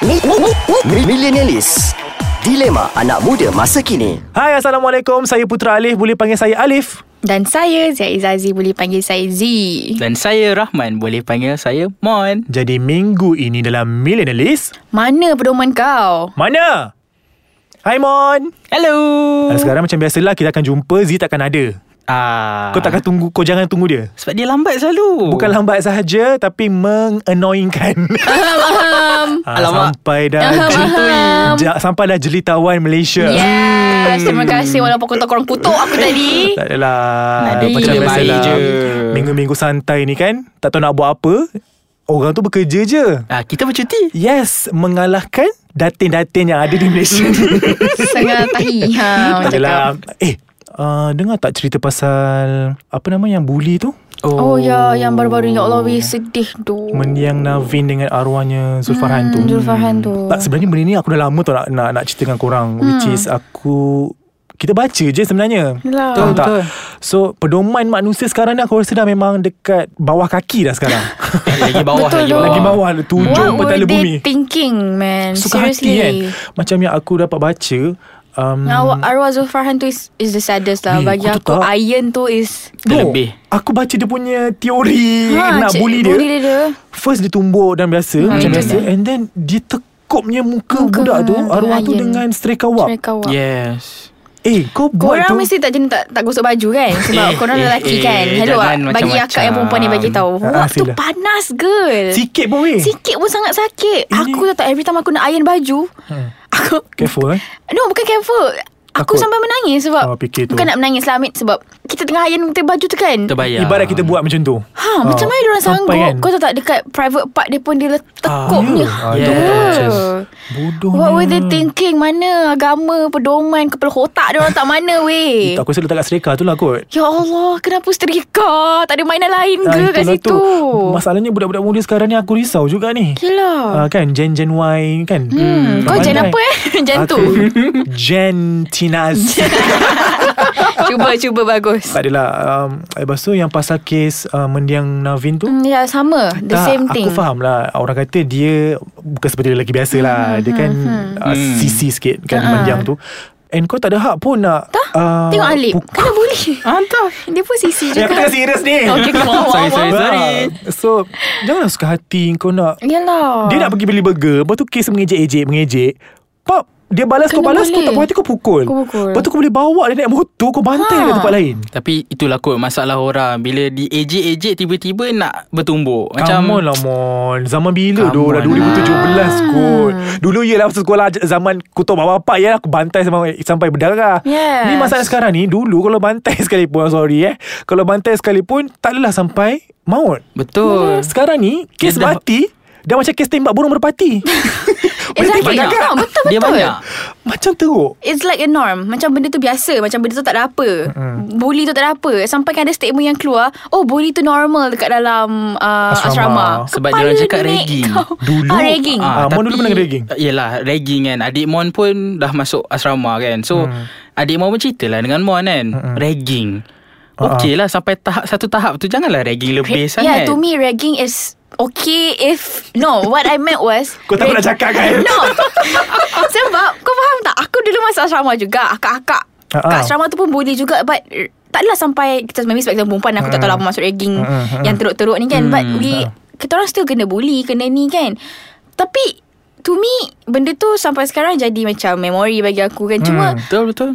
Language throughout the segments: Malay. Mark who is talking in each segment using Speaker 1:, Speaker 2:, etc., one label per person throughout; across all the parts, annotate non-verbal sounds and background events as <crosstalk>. Speaker 1: Mi- mi- mi- mi- Millenialis Dilema anak muda masa kini
Speaker 2: Hai Assalamualaikum Saya Putra Alif Boleh panggil saya Alif
Speaker 3: Dan saya Zia Izazi Boleh panggil saya Z
Speaker 4: Dan saya Rahman Boleh panggil saya Mon
Speaker 2: Jadi minggu ini dalam Millennialist
Speaker 3: Mana pedoman kau?
Speaker 2: Mana? Hai Mon
Speaker 4: Hello
Speaker 2: Dan sekarang macam biasalah Kita akan jumpa Z takkan ada
Speaker 4: ah,
Speaker 2: Kau takkan tunggu Kau jangan tunggu dia
Speaker 4: Sebab dia lambat selalu
Speaker 2: Bukan lambat sahaja Tapi mengannoyingkan Ah,
Speaker 4: Alamak.
Speaker 2: Sampai dah
Speaker 3: Faham,
Speaker 2: je-
Speaker 3: faham.
Speaker 2: ja- Sampai dah jelitawan Malaysia
Speaker 3: Yes Ya, Terima kasih Walaupun kau tak korang kutuk aku tadi
Speaker 2: <laughs> Tak adalah
Speaker 4: Ada
Speaker 2: Macam
Speaker 4: gila baik
Speaker 2: biasalah
Speaker 4: je.
Speaker 2: Minggu-minggu santai ni kan Tak tahu nak buat apa Orang tu bekerja je
Speaker 4: ah, Kita bercuti
Speaker 2: Yes Mengalahkan Datin-datin yang ada di Malaysia ni
Speaker 3: Sangat tahi
Speaker 2: <laughs>
Speaker 3: ha, orang cakap.
Speaker 2: Adalah Eh uh, Dengar tak cerita pasal Apa nama yang bully tu
Speaker 3: Oh ya Yang baru-baru ni Ya Allah weh sedih tu
Speaker 2: Men- Yang Navin dengan arwahnya Zulfarhan tu
Speaker 3: Hmm, Zulfarhan tu
Speaker 2: tak, Sebenarnya benda ni Aku dah lama tau Nak, nak, nak cerita dengan korang Which is aku Kita baca je sebenarnya
Speaker 3: Yelah.
Speaker 2: Faham
Speaker 4: Betul,
Speaker 2: tak?
Speaker 4: betul.
Speaker 2: So pedoman manusia sekarang ni Aku rasa dah memang dekat Bawah kaki dah sekarang
Speaker 4: Lagi bawah
Speaker 3: Betul
Speaker 4: Lagi
Speaker 3: tu.
Speaker 4: bawah,
Speaker 2: Lagi bawah Tujuh
Speaker 3: What were
Speaker 2: petala
Speaker 3: they
Speaker 2: bumi
Speaker 3: thinking man
Speaker 2: Suka
Speaker 3: Seriously
Speaker 2: hati kan Macam yang aku dapat baca um,
Speaker 3: Awak arwah Zulfarhan tu is, is the saddest lah
Speaker 2: Weh,
Speaker 3: Bagi
Speaker 2: kau
Speaker 3: aku
Speaker 2: tahu Eh, tak?
Speaker 3: Iron tu is
Speaker 2: Oh.
Speaker 4: Terlebih.
Speaker 2: Aku baca dia punya teori
Speaker 3: Ha,
Speaker 2: Nak
Speaker 3: cik-
Speaker 2: bully dia
Speaker 3: bully dia tu.
Speaker 2: First dia tumbuk dan biasa
Speaker 3: Hmm,
Speaker 2: Macam
Speaker 3: itu
Speaker 2: biasa
Speaker 3: dia.
Speaker 2: And then dia tekupnya muka,
Speaker 3: Muka
Speaker 2: budak tu
Speaker 3: dengan
Speaker 2: Arwah tu
Speaker 3: Ha, iron.
Speaker 2: dengan stray kawak
Speaker 3: Mereka awak
Speaker 4: Yes
Speaker 2: Eh kau buat tu
Speaker 3: Korang mesti tak jenis tak, tak gosok baju
Speaker 2: <laughs>
Speaker 3: kan Sebab
Speaker 4: Eh,
Speaker 3: korang
Speaker 4: eh,
Speaker 3: lelaki
Speaker 4: eh,
Speaker 3: kan Hello
Speaker 4: jangan
Speaker 3: ah, Bagi
Speaker 4: macam-macam.
Speaker 3: akak yang perempuan ni bagi tahu
Speaker 2: Ah,
Speaker 3: Waktu
Speaker 2: Fila.
Speaker 3: panas girl
Speaker 2: Sikit pun weh
Speaker 3: Sikit pun sangat sakit
Speaker 2: Ini-
Speaker 3: Aku tak Every time aku nak iron baju Aku
Speaker 2: Careful eh
Speaker 3: No bukan careful Aku
Speaker 2: Takut.
Speaker 3: sampai menangis sebab
Speaker 2: Ah, fikir tu.
Speaker 3: Bukan nak menangis lah Amit Sebab kita tengah iron kita baju tu kan
Speaker 4: Terbayar
Speaker 2: Ibarat kita buat macam tu
Speaker 3: Ha, macam mana diorang
Speaker 2: Oh,
Speaker 3: sanggup
Speaker 2: sampai
Speaker 3: kan? Kau tahu tak dekat private part dia pun dia let- tekuk
Speaker 2: ya. Hmm.
Speaker 3: punya
Speaker 2: Ah,
Speaker 4: itu betul. Just
Speaker 2: Bodoh
Speaker 3: What were they thinking? Mana agama, pedoman, kepala otak diorang tak mana
Speaker 2: <laughs>
Speaker 3: weh
Speaker 2: Eh, Aku rasa letak kat sereka tu lah kot
Speaker 3: Ya Allah, kenapa setrika? Tak ada mainan lain ke
Speaker 2: Ah,
Speaker 3: Hmm, kat
Speaker 2: itulah
Speaker 3: situ?
Speaker 2: Masalahnya budak-budak muda sekarang ni aku risau juga ni
Speaker 3: Yelah.
Speaker 2: Ah, Kan Gen Gen Y kan
Speaker 3: Hmm, kau
Speaker 2: Pandai.
Speaker 3: Jen apa
Speaker 2: <laughs>
Speaker 3: eh? <laughs> Jen tu.
Speaker 2: Aku Jen Tinaz
Speaker 3: <laughs> cuba, cuba bagus.
Speaker 2: Tak adalah um, Lepas tu yang pasal kes uh, Mendiang Navin tu
Speaker 3: Hmm, Ya, sama. The
Speaker 2: tak,
Speaker 3: same thing.
Speaker 2: Aku faham lah Orang kata dia Bukan seperti lelaki biasa
Speaker 3: Hmm,
Speaker 2: lah Dia kan uh,
Speaker 4: Hmm.
Speaker 2: Sisi sikit Kan
Speaker 3: Ha-ha.
Speaker 2: mendiang tu And kau tak ada hak pun nak
Speaker 3: Tah,
Speaker 2: uh,
Speaker 3: Ah. Tengok Alip.
Speaker 2: puk-
Speaker 3: Kena bully.
Speaker 2: Ah.
Speaker 4: Hantar
Speaker 3: <laughs> Dia pun sisi
Speaker 2: Eh,
Speaker 3: juga.
Speaker 2: aku tengah serius ni
Speaker 3: Okay, come on.
Speaker 4: Sorry, <laughs> sorry,
Speaker 2: Ah,
Speaker 4: sorry
Speaker 2: So Janganlah suka hati Kau nak
Speaker 3: Yalah.
Speaker 2: Dia nak pergi beli burger Lepas tu kes mengejek-ejek Mengejek Pop dia balas kau
Speaker 3: Kena
Speaker 2: balas kau
Speaker 3: boleh.
Speaker 2: tak puas hati kau pukul.
Speaker 3: Kau pukul.
Speaker 2: Lepas tu kau boleh bawa dia naik motor kau bantai ha.
Speaker 3: Ha.
Speaker 2: ke tempat lain.
Speaker 4: Tapi itulah kot masalah orang Bila diejek-ejek tiba-tiba nak bertumbuk Macam lah.
Speaker 2: Come on lah Mon Zaman bila
Speaker 4: Come
Speaker 2: tu Dah
Speaker 4: on
Speaker 2: 2017 kot
Speaker 3: Hmm.
Speaker 2: Dulu yelah masa sekolah j- Zaman kutuk mak bapak Yelah aku bantai sampai, sampai berdarah
Speaker 3: Yes.
Speaker 2: Ni masalah sekarang ni Dulu kalau bantai <laughs> sekalipun I'm Sorry eh Kalau bantai sekalipun Tak adalah sampai maut
Speaker 4: Betul
Speaker 2: Sekarang ni Kes
Speaker 4: Dia dah-
Speaker 2: mati Dah macam kes tembak burung
Speaker 3: <laughs>
Speaker 2: merpati Boleh
Speaker 3: Exactly.
Speaker 2: tembak kakak.
Speaker 3: No, betul,
Speaker 4: Dia
Speaker 3: betul.
Speaker 4: banyak
Speaker 2: Macam teruk
Speaker 3: It's like a norm Macam benda tu biasa Macam benda tu tak ada apa mm. Bully tu tak ada apa Sampai kan ada statement yang keluar Oh bully tu normal Dekat dalam uh,
Speaker 2: Asrama.
Speaker 3: asrama.
Speaker 4: Sebab
Speaker 3: Kepala
Speaker 4: diorang cakap
Speaker 3: nenek
Speaker 4: ragging.
Speaker 3: kau.
Speaker 2: Dulu-
Speaker 3: ah, Ragging
Speaker 2: Ah, Mon dulu pernah kena ragging?
Speaker 4: Yelah ragging kan Adik Mon pun Dah masuk asrama kan So hmm. Adik Mon pun cerita lah Dengan Mon kan hmm. Ragging
Speaker 2: Ah,
Speaker 4: Okey lah Sampai tahap satu tahap tu Janganlah ragging lebih sangat
Speaker 3: Yeah Ya, to me ragging is Okay if No what I meant was
Speaker 2: <laughs> Kau takut nak cakap kan?
Speaker 3: No <laughs> Sebab Kau faham tak Aku dulu masuk asrama juga Akak-akak
Speaker 2: Ha, ha.
Speaker 3: Kat asrama tu pun boleh juga But eh, tak adalah sampai Kita maybe sebab kita perempuan Aku tak
Speaker 2: Ah.
Speaker 3: tahu lah apa maksud ragging Yang teruk-teruk ni kan But
Speaker 2: Hmm,
Speaker 3: we Kita orang still kena bully Kena ni kan Tapi To me Benda tu sampai sekarang Jadi macam memori bagi aku kan
Speaker 2: Hmm.
Speaker 3: Cuma
Speaker 4: Betul-betul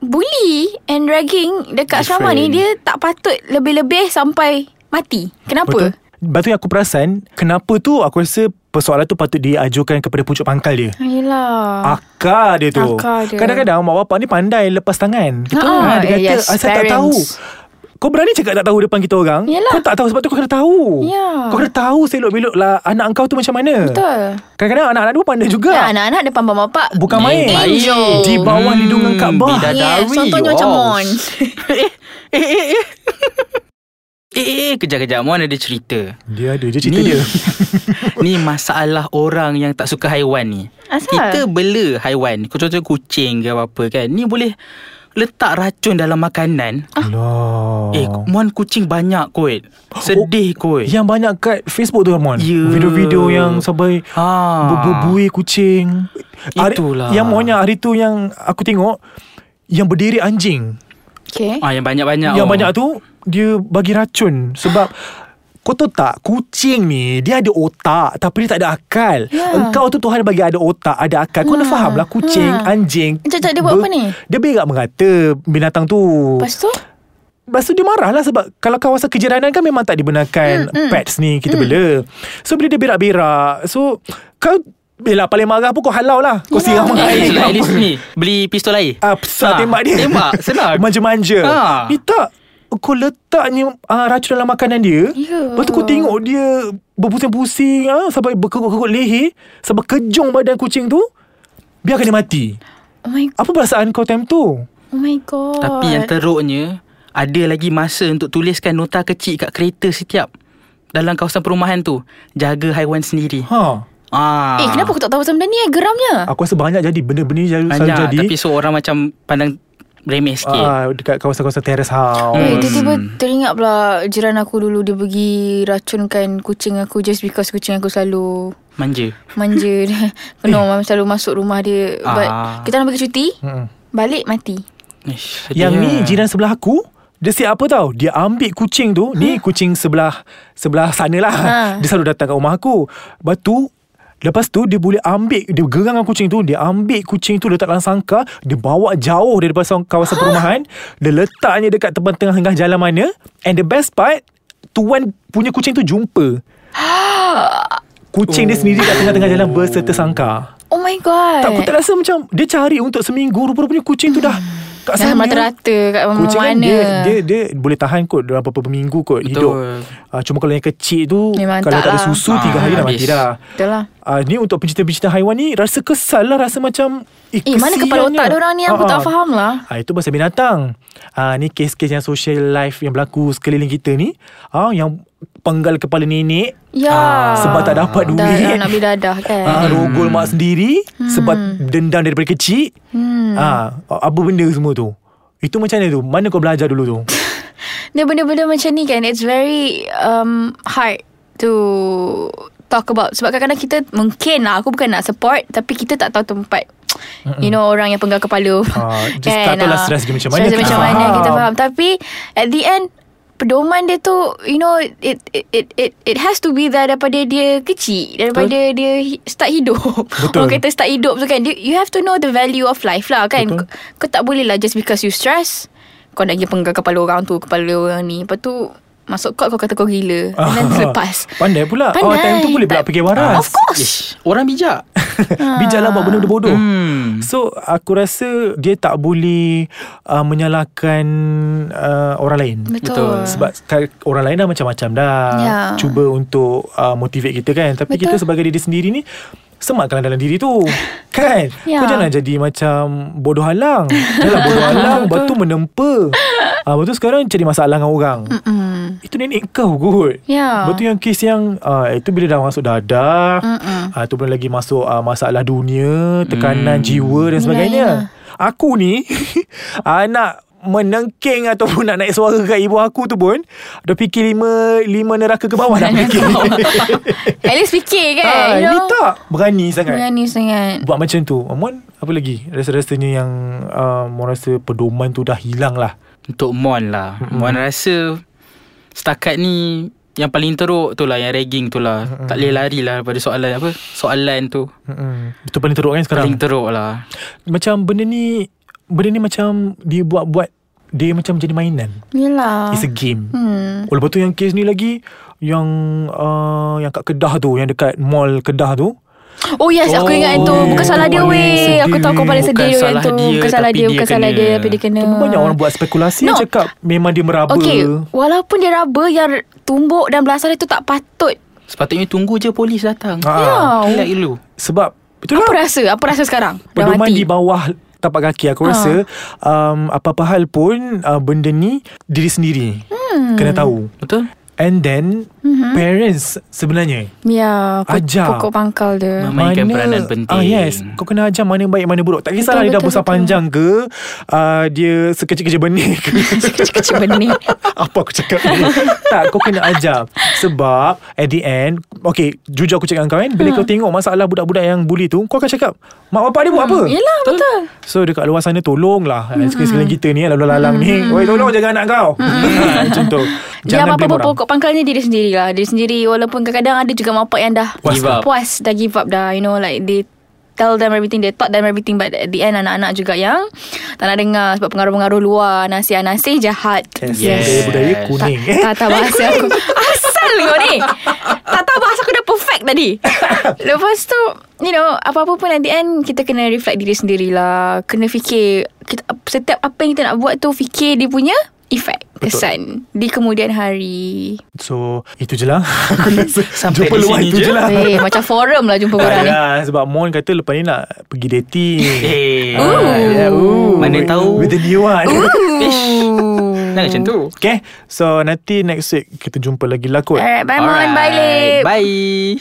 Speaker 3: Bully And ragging Dekat asrama ni Dia tak patut Lebih-lebih sampai Mati Kenapa?
Speaker 2: Lepas tu yang aku perasan Kenapa tu aku rasa Persoalan tu patut diajukan kepada pucuk pangkal dia Ah,
Speaker 3: Yelah
Speaker 2: Akar dia tu
Speaker 3: Ah. Akar dia.
Speaker 2: Kadang-kadang mak bapak ni pandai lepas tangan
Speaker 3: Betul.
Speaker 2: Ah, Dia
Speaker 3: Eh,
Speaker 2: kata
Speaker 3: yes,
Speaker 2: "Ah, Saya tak
Speaker 3: parents."
Speaker 2: tahu Kau berani cakap tak tahu depan kita orang
Speaker 3: Yelah.
Speaker 2: Kau tak tahu sebab tu kau kena tahu
Speaker 3: Ya.
Speaker 2: Kau kena tahu selok-belok lah Anak kau tu macam mana
Speaker 3: Betul
Speaker 2: Kadang-kadang anak-anak tu pandai juga
Speaker 3: Ya, anak-anak depan bapak
Speaker 2: Bukan main
Speaker 3: Angel.
Speaker 2: Di bawah
Speaker 4: Hmm,
Speaker 2: lindungan Kaabah
Speaker 4: bidadari.
Speaker 3: Yeah,
Speaker 4: Dadawi,
Speaker 3: contohnya macam
Speaker 4: wow.
Speaker 3: Mon. <laughs>
Speaker 4: Eh eh eh Eh eh kejap-kejap Mon ada cerita
Speaker 2: Dia ada je cerita
Speaker 3: <laughs>
Speaker 4: Ni.
Speaker 2: dia
Speaker 4: <laughs> Ni masalah orang yang tak suka haiwan ni
Speaker 3: Asal?
Speaker 4: Kita bela haiwan Contoh-contoh kucing ke apa-apa kan Ni boleh letak racun dalam makanan.
Speaker 3: Ah.
Speaker 2: Alah.
Speaker 4: Eh, Mon kucing banyak kot. Sedih
Speaker 2: Oh.
Speaker 4: kot.
Speaker 2: Yang banyak kat Facebook tu Mon
Speaker 4: Ya.
Speaker 2: Video-video yang sampai
Speaker 4: Ah.
Speaker 2: Berbubui kucing Hari-
Speaker 4: Itulah.
Speaker 2: Yang Monnya hari tu yang Aku tengok Yang berdiri anjing
Speaker 3: Okay.
Speaker 4: Ah, yang banyak-banyak.
Speaker 2: Yang banyak tu Dia bagi racun Sebab Kau tahu tak Kucing ni Dia ada otak Tapi dia tak ada akal
Speaker 3: Ya.
Speaker 2: Engkau tu Tuhan bagi ada otak Ada akal Kau
Speaker 3: Ha,
Speaker 2: nak faham lah Kucing
Speaker 3: ha.
Speaker 2: Anjing
Speaker 3: Sekejap, dia buat apa ni?
Speaker 2: Dia berak merata Binatang tu
Speaker 3: Lepas tu
Speaker 2: Lepas tu dia marah lah sebab kalau kawasan kejiranan kan memang tak
Speaker 3: Hmm,
Speaker 2: dibenarkan mm, pets ni kita mm. bela. So bila dia berak-berak, so kau bila paling marah pun kau halau lah. Kau
Speaker 3: <laughs>
Speaker 2: siram dengan
Speaker 4: Eh,
Speaker 2: air. <laughs>
Speaker 4: at least ni Beli pistol air
Speaker 2: Ah, ha, tembak dia.
Speaker 4: Tembak Senang
Speaker 2: <laughs> Manja-manja.
Speaker 4: Ha.
Speaker 2: Ni tak. Kau letaknya uh, racun dalam makanan dia.
Speaker 3: Ya.
Speaker 2: Lepas tu kau tengok dia berpusing-pusing ah sampai berkerut-kerut leher, sampai kejung badan kucing tu. Biarkan dia mati.
Speaker 3: Oh my
Speaker 2: Apa perasaan kau time tu?
Speaker 3: Oh my god
Speaker 4: Tapi yang teruknya Ada lagi masa untuk tuliskan nota kecil kat kereta setiap Dalam kawasan perumahan tu Jaga haiwan sendiri
Speaker 2: Ha.
Speaker 4: ah.
Speaker 3: Eh kenapa aku tak tahu pasal benda ni eh Geramnya
Speaker 2: Aku rasa banyak jadi benda-benda ni selalu
Speaker 4: Banyak
Speaker 2: jadi.
Speaker 4: Tapi seorang macam pandang remeh sikit uh,
Speaker 2: Ah, dekat kawasan-kawasan teres house.
Speaker 3: Eh,
Speaker 2: Hmm.
Speaker 3: tiba-tiba teringat pula jiran aku dulu dia pergi racunkan kucing aku just because kucing aku selalu
Speaker 4: Manja
Speaker 2: <laughs>
Speaker 3: manja dia. Penuh eh. selalu masuk rumah dia.
Speaker 4: Ah.
Speaker 3: But kita nak pergi cuti,
Speaker 2: Hmm.
Speaker 3: balik mati.
Speaker 4: Ish, sedih
Speaker 2: Yang ni
Speaker 4: lah.
Speaker 2: jiran sebelah aku dia siap apa tau Dia ambil kucing tu Ni kucing sebelah Sebelah sana lah
Speaker 3: Ha.
Speaker 2: Dia selalu datang kat rumah aku Lepas tu Lepas tu dia boleh ambil Dia gerang dengan kucing tu Dia ambil kucing tu Letak dalam sangka Dia bawa jauh Daripada sang- kawasan perumahan Dia letaknya dekat tempat tengah-tengah jalan mana And the best part Tuan punya kucing tu jumpa Kucing dia sendiri Kat tengah-tengah jalan Berserta sangka
Speaker 3: Oh my god.
Speaker 2: Tak, aku tak rasa macam Dia cari untuk seminggu Rupa-rupanya kucing tu dah Kat sana
Speaker 3: Hmm. Dah merata-rata kat
Speaker 2: Kucing
Speaker 3: mana.
Speaker 2: kan dia, dia dia boleh tahan kot dalam beberapa minggu kot
Speaker 4: Betul.
Speaker 2: hidup. Uh, cuma kalau yang kecil tu
Speaker 3: Memang
Speaker 2: kalau tak
Speaker 3: tak
Speaker 2: ada
Speaker 3: lah.
Speaker 2: susu tiga
Speaker 4: Ah,
Speaker 2: hari dah
Speaker 4: habis.
Speaker 2: mati dah.
Speaker 3: Betul lah.
Speaker 2: Uh, ni untuk pencinta-pencinta haiwan ni rasa kesal lah rasa macam eh,
Speaker 3: Eh, mana kepala otak orang ni aku tak faham lah.
Speaker 2: Ah, itu pasal binatang. Ah, ni kes-kes yang social life yang berlaku sekeliling kita ni. Ah, yang penggal kepala nenek
Speaker 3: Ya.
Speaker 2: Ah, sebab tak dapat duit.
Speaker 3: Dah, dah nak beli dadah kan.
Speaker 2: Ah, rogol mak sendiri
Speaker 3: Hmm.
Speaker 2: sebab dendam daripada kecil. Hmm. Ah, apa benda semua tu? Itu macam mana tu? Mana kau belajar dulu tu?
Speaker 3: Dia benda-benda macam ni kan It's very um, hard to talk about Sebab kadang-kadang kita Mungkin lah Aku bukan nak support Tapi kita tak tahu tempat You know orang yang penggal kepala
Speaker 2: Ah,
Speaker 3: <laughs>
Speaker 2: just tak tahulah
Speaker 3: ah,
Speaker 2: stress dia macam mana,
Speaker 3: Stress dia
Speaker 2: kita
Speaker 3: macam
Speaker 2: faham.
Speaker 3: mana Kita faham Um, Tapi At the end Pedoman dia tu You know It it it it, it has to be there Daripada dia kecil Daripada Betul. dia hi- Start hidup
Speaker 2: Betul.
Speaker 3: Orang kata start hidup tu kan dia, You have to know the value of life lah kan
Speaker 2: Betul.
Speaker 3: Betul. Kau tak boleh lah Just because you stress Kau nak pergi penggal kepala orang tu Kepala orang ni Lepas tu Masuk kot kau kata kau gila Dan lepas
Speaker 2: Ah. Pandai pula Pandai. Oh
Speaker 3: Pandai.
Speaker 2: time tu boleh pula
Speaker 3: Tak-
Speaker 2: fikir waras
Speaker 3: Of Ah. course.
Speaker 4: Ish, Orang
Speaker 2: <laughs>
Speaker 4: bijak
Speaker 2: Bijaklah buat benda-benda bodoh
Speaker 4: Hmm.
Speaker 2: So aku rasa Dia tak boleh uh, Menyalahkan uh, Orang lain
Speaker 3: Betul.
Speaker 2: Sebab ka- orang lain dah macam-macam dah
Speaker 3: Ya.
Speaker 2: Cuba untuk uh, Motivate kita kan Tapi
Speaker 3: Betul.
Speaker 2: kita sebagai diri sendiri ni Semakkan dalam diri
Speaker 3: <laughs>
Speaker 2: tu Kan
Speaker 3: Ya.
Speaker 2: Kau jangan jadi macam Bodoh halang Janganlah bodoh
Speaker 3: <laughs>
Speaker 2: halang Lepas tu menempa uh, Lepas tu sekarang Cari masalah dengan orang
Speaker 3: Mm.
Speaker 2: Itu nenek kau kot
Speaker 3: Ya.
Speaker 2: Lepas tu yang kes yang uh, Itu bila dah masuk dadah uh, Itu belum lagi masuk uh, Masalah dunia Tekanan jiwa dan sebagainya Aku ni <laughs> Anak Menengking Ataupun nak naik suara Kat ibu aku tu pun Dah fikir lima Lima neraka ke bawah Nak fikir <laughs>
Speaker 3: At least fikir kan
Speaker 2: ha,
Speaker 3: you
Speaker 2: Ini
Speaker 3: know?
Speaker 2: tak Berani sangat
Speaker 3: Berani sangat
Speaker 2: Buat macam tu Amon apa lagi Rasa-rasanya yang uh, Amon rasa pedoman tu dah hilang lah
Speaker 4: Untuk Mon lah mm-hmm. Mon rasa Setakat ni Yang paling teruk tu lah Yang ragging tu lah mm-hmm. Tak boleh lari lah Daripada soalan apa Soalan tu
Speaker 2: Mm-mm. Itu paling teruk kan sekarang
Speaker 4: Paling teruk lah
Speaker 2: Macam benda ni Benda ni macam Dia buat-buat Dia macam jadi mainan
Speaker 3: Yelah
Speaker 2: It's a game
Speaker 3: Ah. hmm.
Speaker 2: Oh lepas tu yang kes ni lagi Yang uh, Yang kat Kedah tu Yang dekat mall Kedah tu
Speaker 3: Oh yes aku ingat
Speaker 2: Oh,
Speaker 3: tu
Speaker 2: dia
Speaker 3: Bukan salah dia
Speaker 2: paling
Speaker 3: weh
Speaker 2: sedih.
Speaker 3: Aku tahu kau paling
Speaker 4: Bukan
Speaker 3: sedih yang
Speaker 4: salah
Speaker 3: tu
Speaker 4: dia,
Speaker 3: Bukan salah
Speaker 4: tapi
Speaker 3: dia
Speaker 4: dia
Speaker 3: Bukan salah
Speaker 4: kena.
Speaker 3: dia Tapi dia kena
Speaker 2: Tapi banyak orang buat spekulasi
Speaker 3: No.
Speaker 2: Cakap memang dia meraba
Speaker 3: Okay Walaupun dia raba Yang tumbuk dan belasah dia tu tak patut
Speaker 4: Sepatutnya tunggu je polis datang
Speaker 2: Ah.
Speaker 3: Ya
Speaker 4: Relax dulu
Speaker 2: Sebab Betul
Speaker 3: Apa
Speaker 2: lah
Speaker 3: rasa Apa rasa sekarang Dah
Speaker 2: Pedoman
Speaker 3: mati Ah.
Speaker 2: di bawah tapak kaki Aku rasa um, Apa-apa hal pun uh, Benda ni Diri sendiri hmm. Kena tahu
Speaker 4: Betul?
Speaker 2: And then
Speaker 3: Mhm.
Speaker 2: mm-hmm. Parents sebenarnya
Speaker 3: Ya pok-
Speaker 2: Ajar.
Speaker 3: Pokok pangkal dia
Speaker 4: Mem- Memainkan peranan penting.
Speaker 2: ah, Yes Kau kena ajar mana baik Mana buruk Tak kisahlah
Speaker 3: Betul,
Speaker 2: dia dah
Speaker 3: betul,
Speaker 2: besar
Speaker 3: betul.
Speaker 2: panjang ke uh, Dia sekecil-kecil benih ke
Speaker 3: <laughs>
Speaker 2: <laughs>
Speaker 3: Kecil-kecil benih
Speaker 2: Apa aku cakap ni Tak kau kena ajar Sebab At the end Okay Jujur aku cakap dengan kau kan
Speaker 3: Hmm.
Speaker 2: Bila kau tengok masalah Budak-budak yang bully tu Kau akan cakap Mak bapak dia buat apa
Speaker 3: Yelah betul
Speaker 2: So dekat luar sana Tolonglah
Speaker 3: Hmm,
Speaker 2: mm-hmm. Sekali-sekali kita ni Lalu-lalang mm-hmm. ni Woi tolong jaga anak kau <laughs> mm-hmm. Macam tu
Speaker 3: Dia
Speaker 2: Jangan
Speaker 3: apa-apa
Speaker 2: blame orang
Speaker 3: pokok pangkalnya Diri sendiri lah Diri sendiri Walaupun kadang-kadang Ada juga mak bapak yang dah
Speaker 4: Puas Give up.
Speaker 3: Puas Dah give up dah You know like They tell them everything They taught them everything But at the end Anak-anak juga yang Tak nak dengar Sebab pengaruh-pengaruh luar Nasihat-nasihat jahat
Speaker 2: Yes,
Speaker 4: Yes.
Speaker 2: yes. Budaya kuning eh?
Speaker 3: Tak tahu bahasa aku <laughs> Asal kau ni Tak tahu bahasa aku dah perfect <coughs> tadi Lepas tu You know Apa-apa pun at the end Kita kena reflect diri sendirilah Kena fikir kita, Setiap apa yang kita nak buat tu Fikir dia punya Effect Kesan Di kemudian <laughs> hari
Speaker 2: So Itu je lah <laughs> Aku rasa
Speaker 4: Sampai
Speaker 2: Jumpa
Speaker 4: di
Speaker 2: luar
Speaker 4: sini
Speaker 2: itu
Speaker 4: je.
Speaker 2: je lah
Speaker 3: Eh macam forum lah Jumpa korang ni
Speaker 2: Alah, sebab Mon kata lepas ni nak pergi dating.
Speaker 4: <laughs> Eh.
Speaker 3: Ooh.
Speaker 2: yeah, ooh.
Speaker 4: Mana tahu.
Speaker 2: With the new one. <laughs>
Speaker 4: Ish. Jangan macam tu.
Speaker 2: Okay, so nanti next week kita jumpa lagi lah kot.
Speaker 3: Alright bye Mon Bye Lip
Speaker 4: Bye.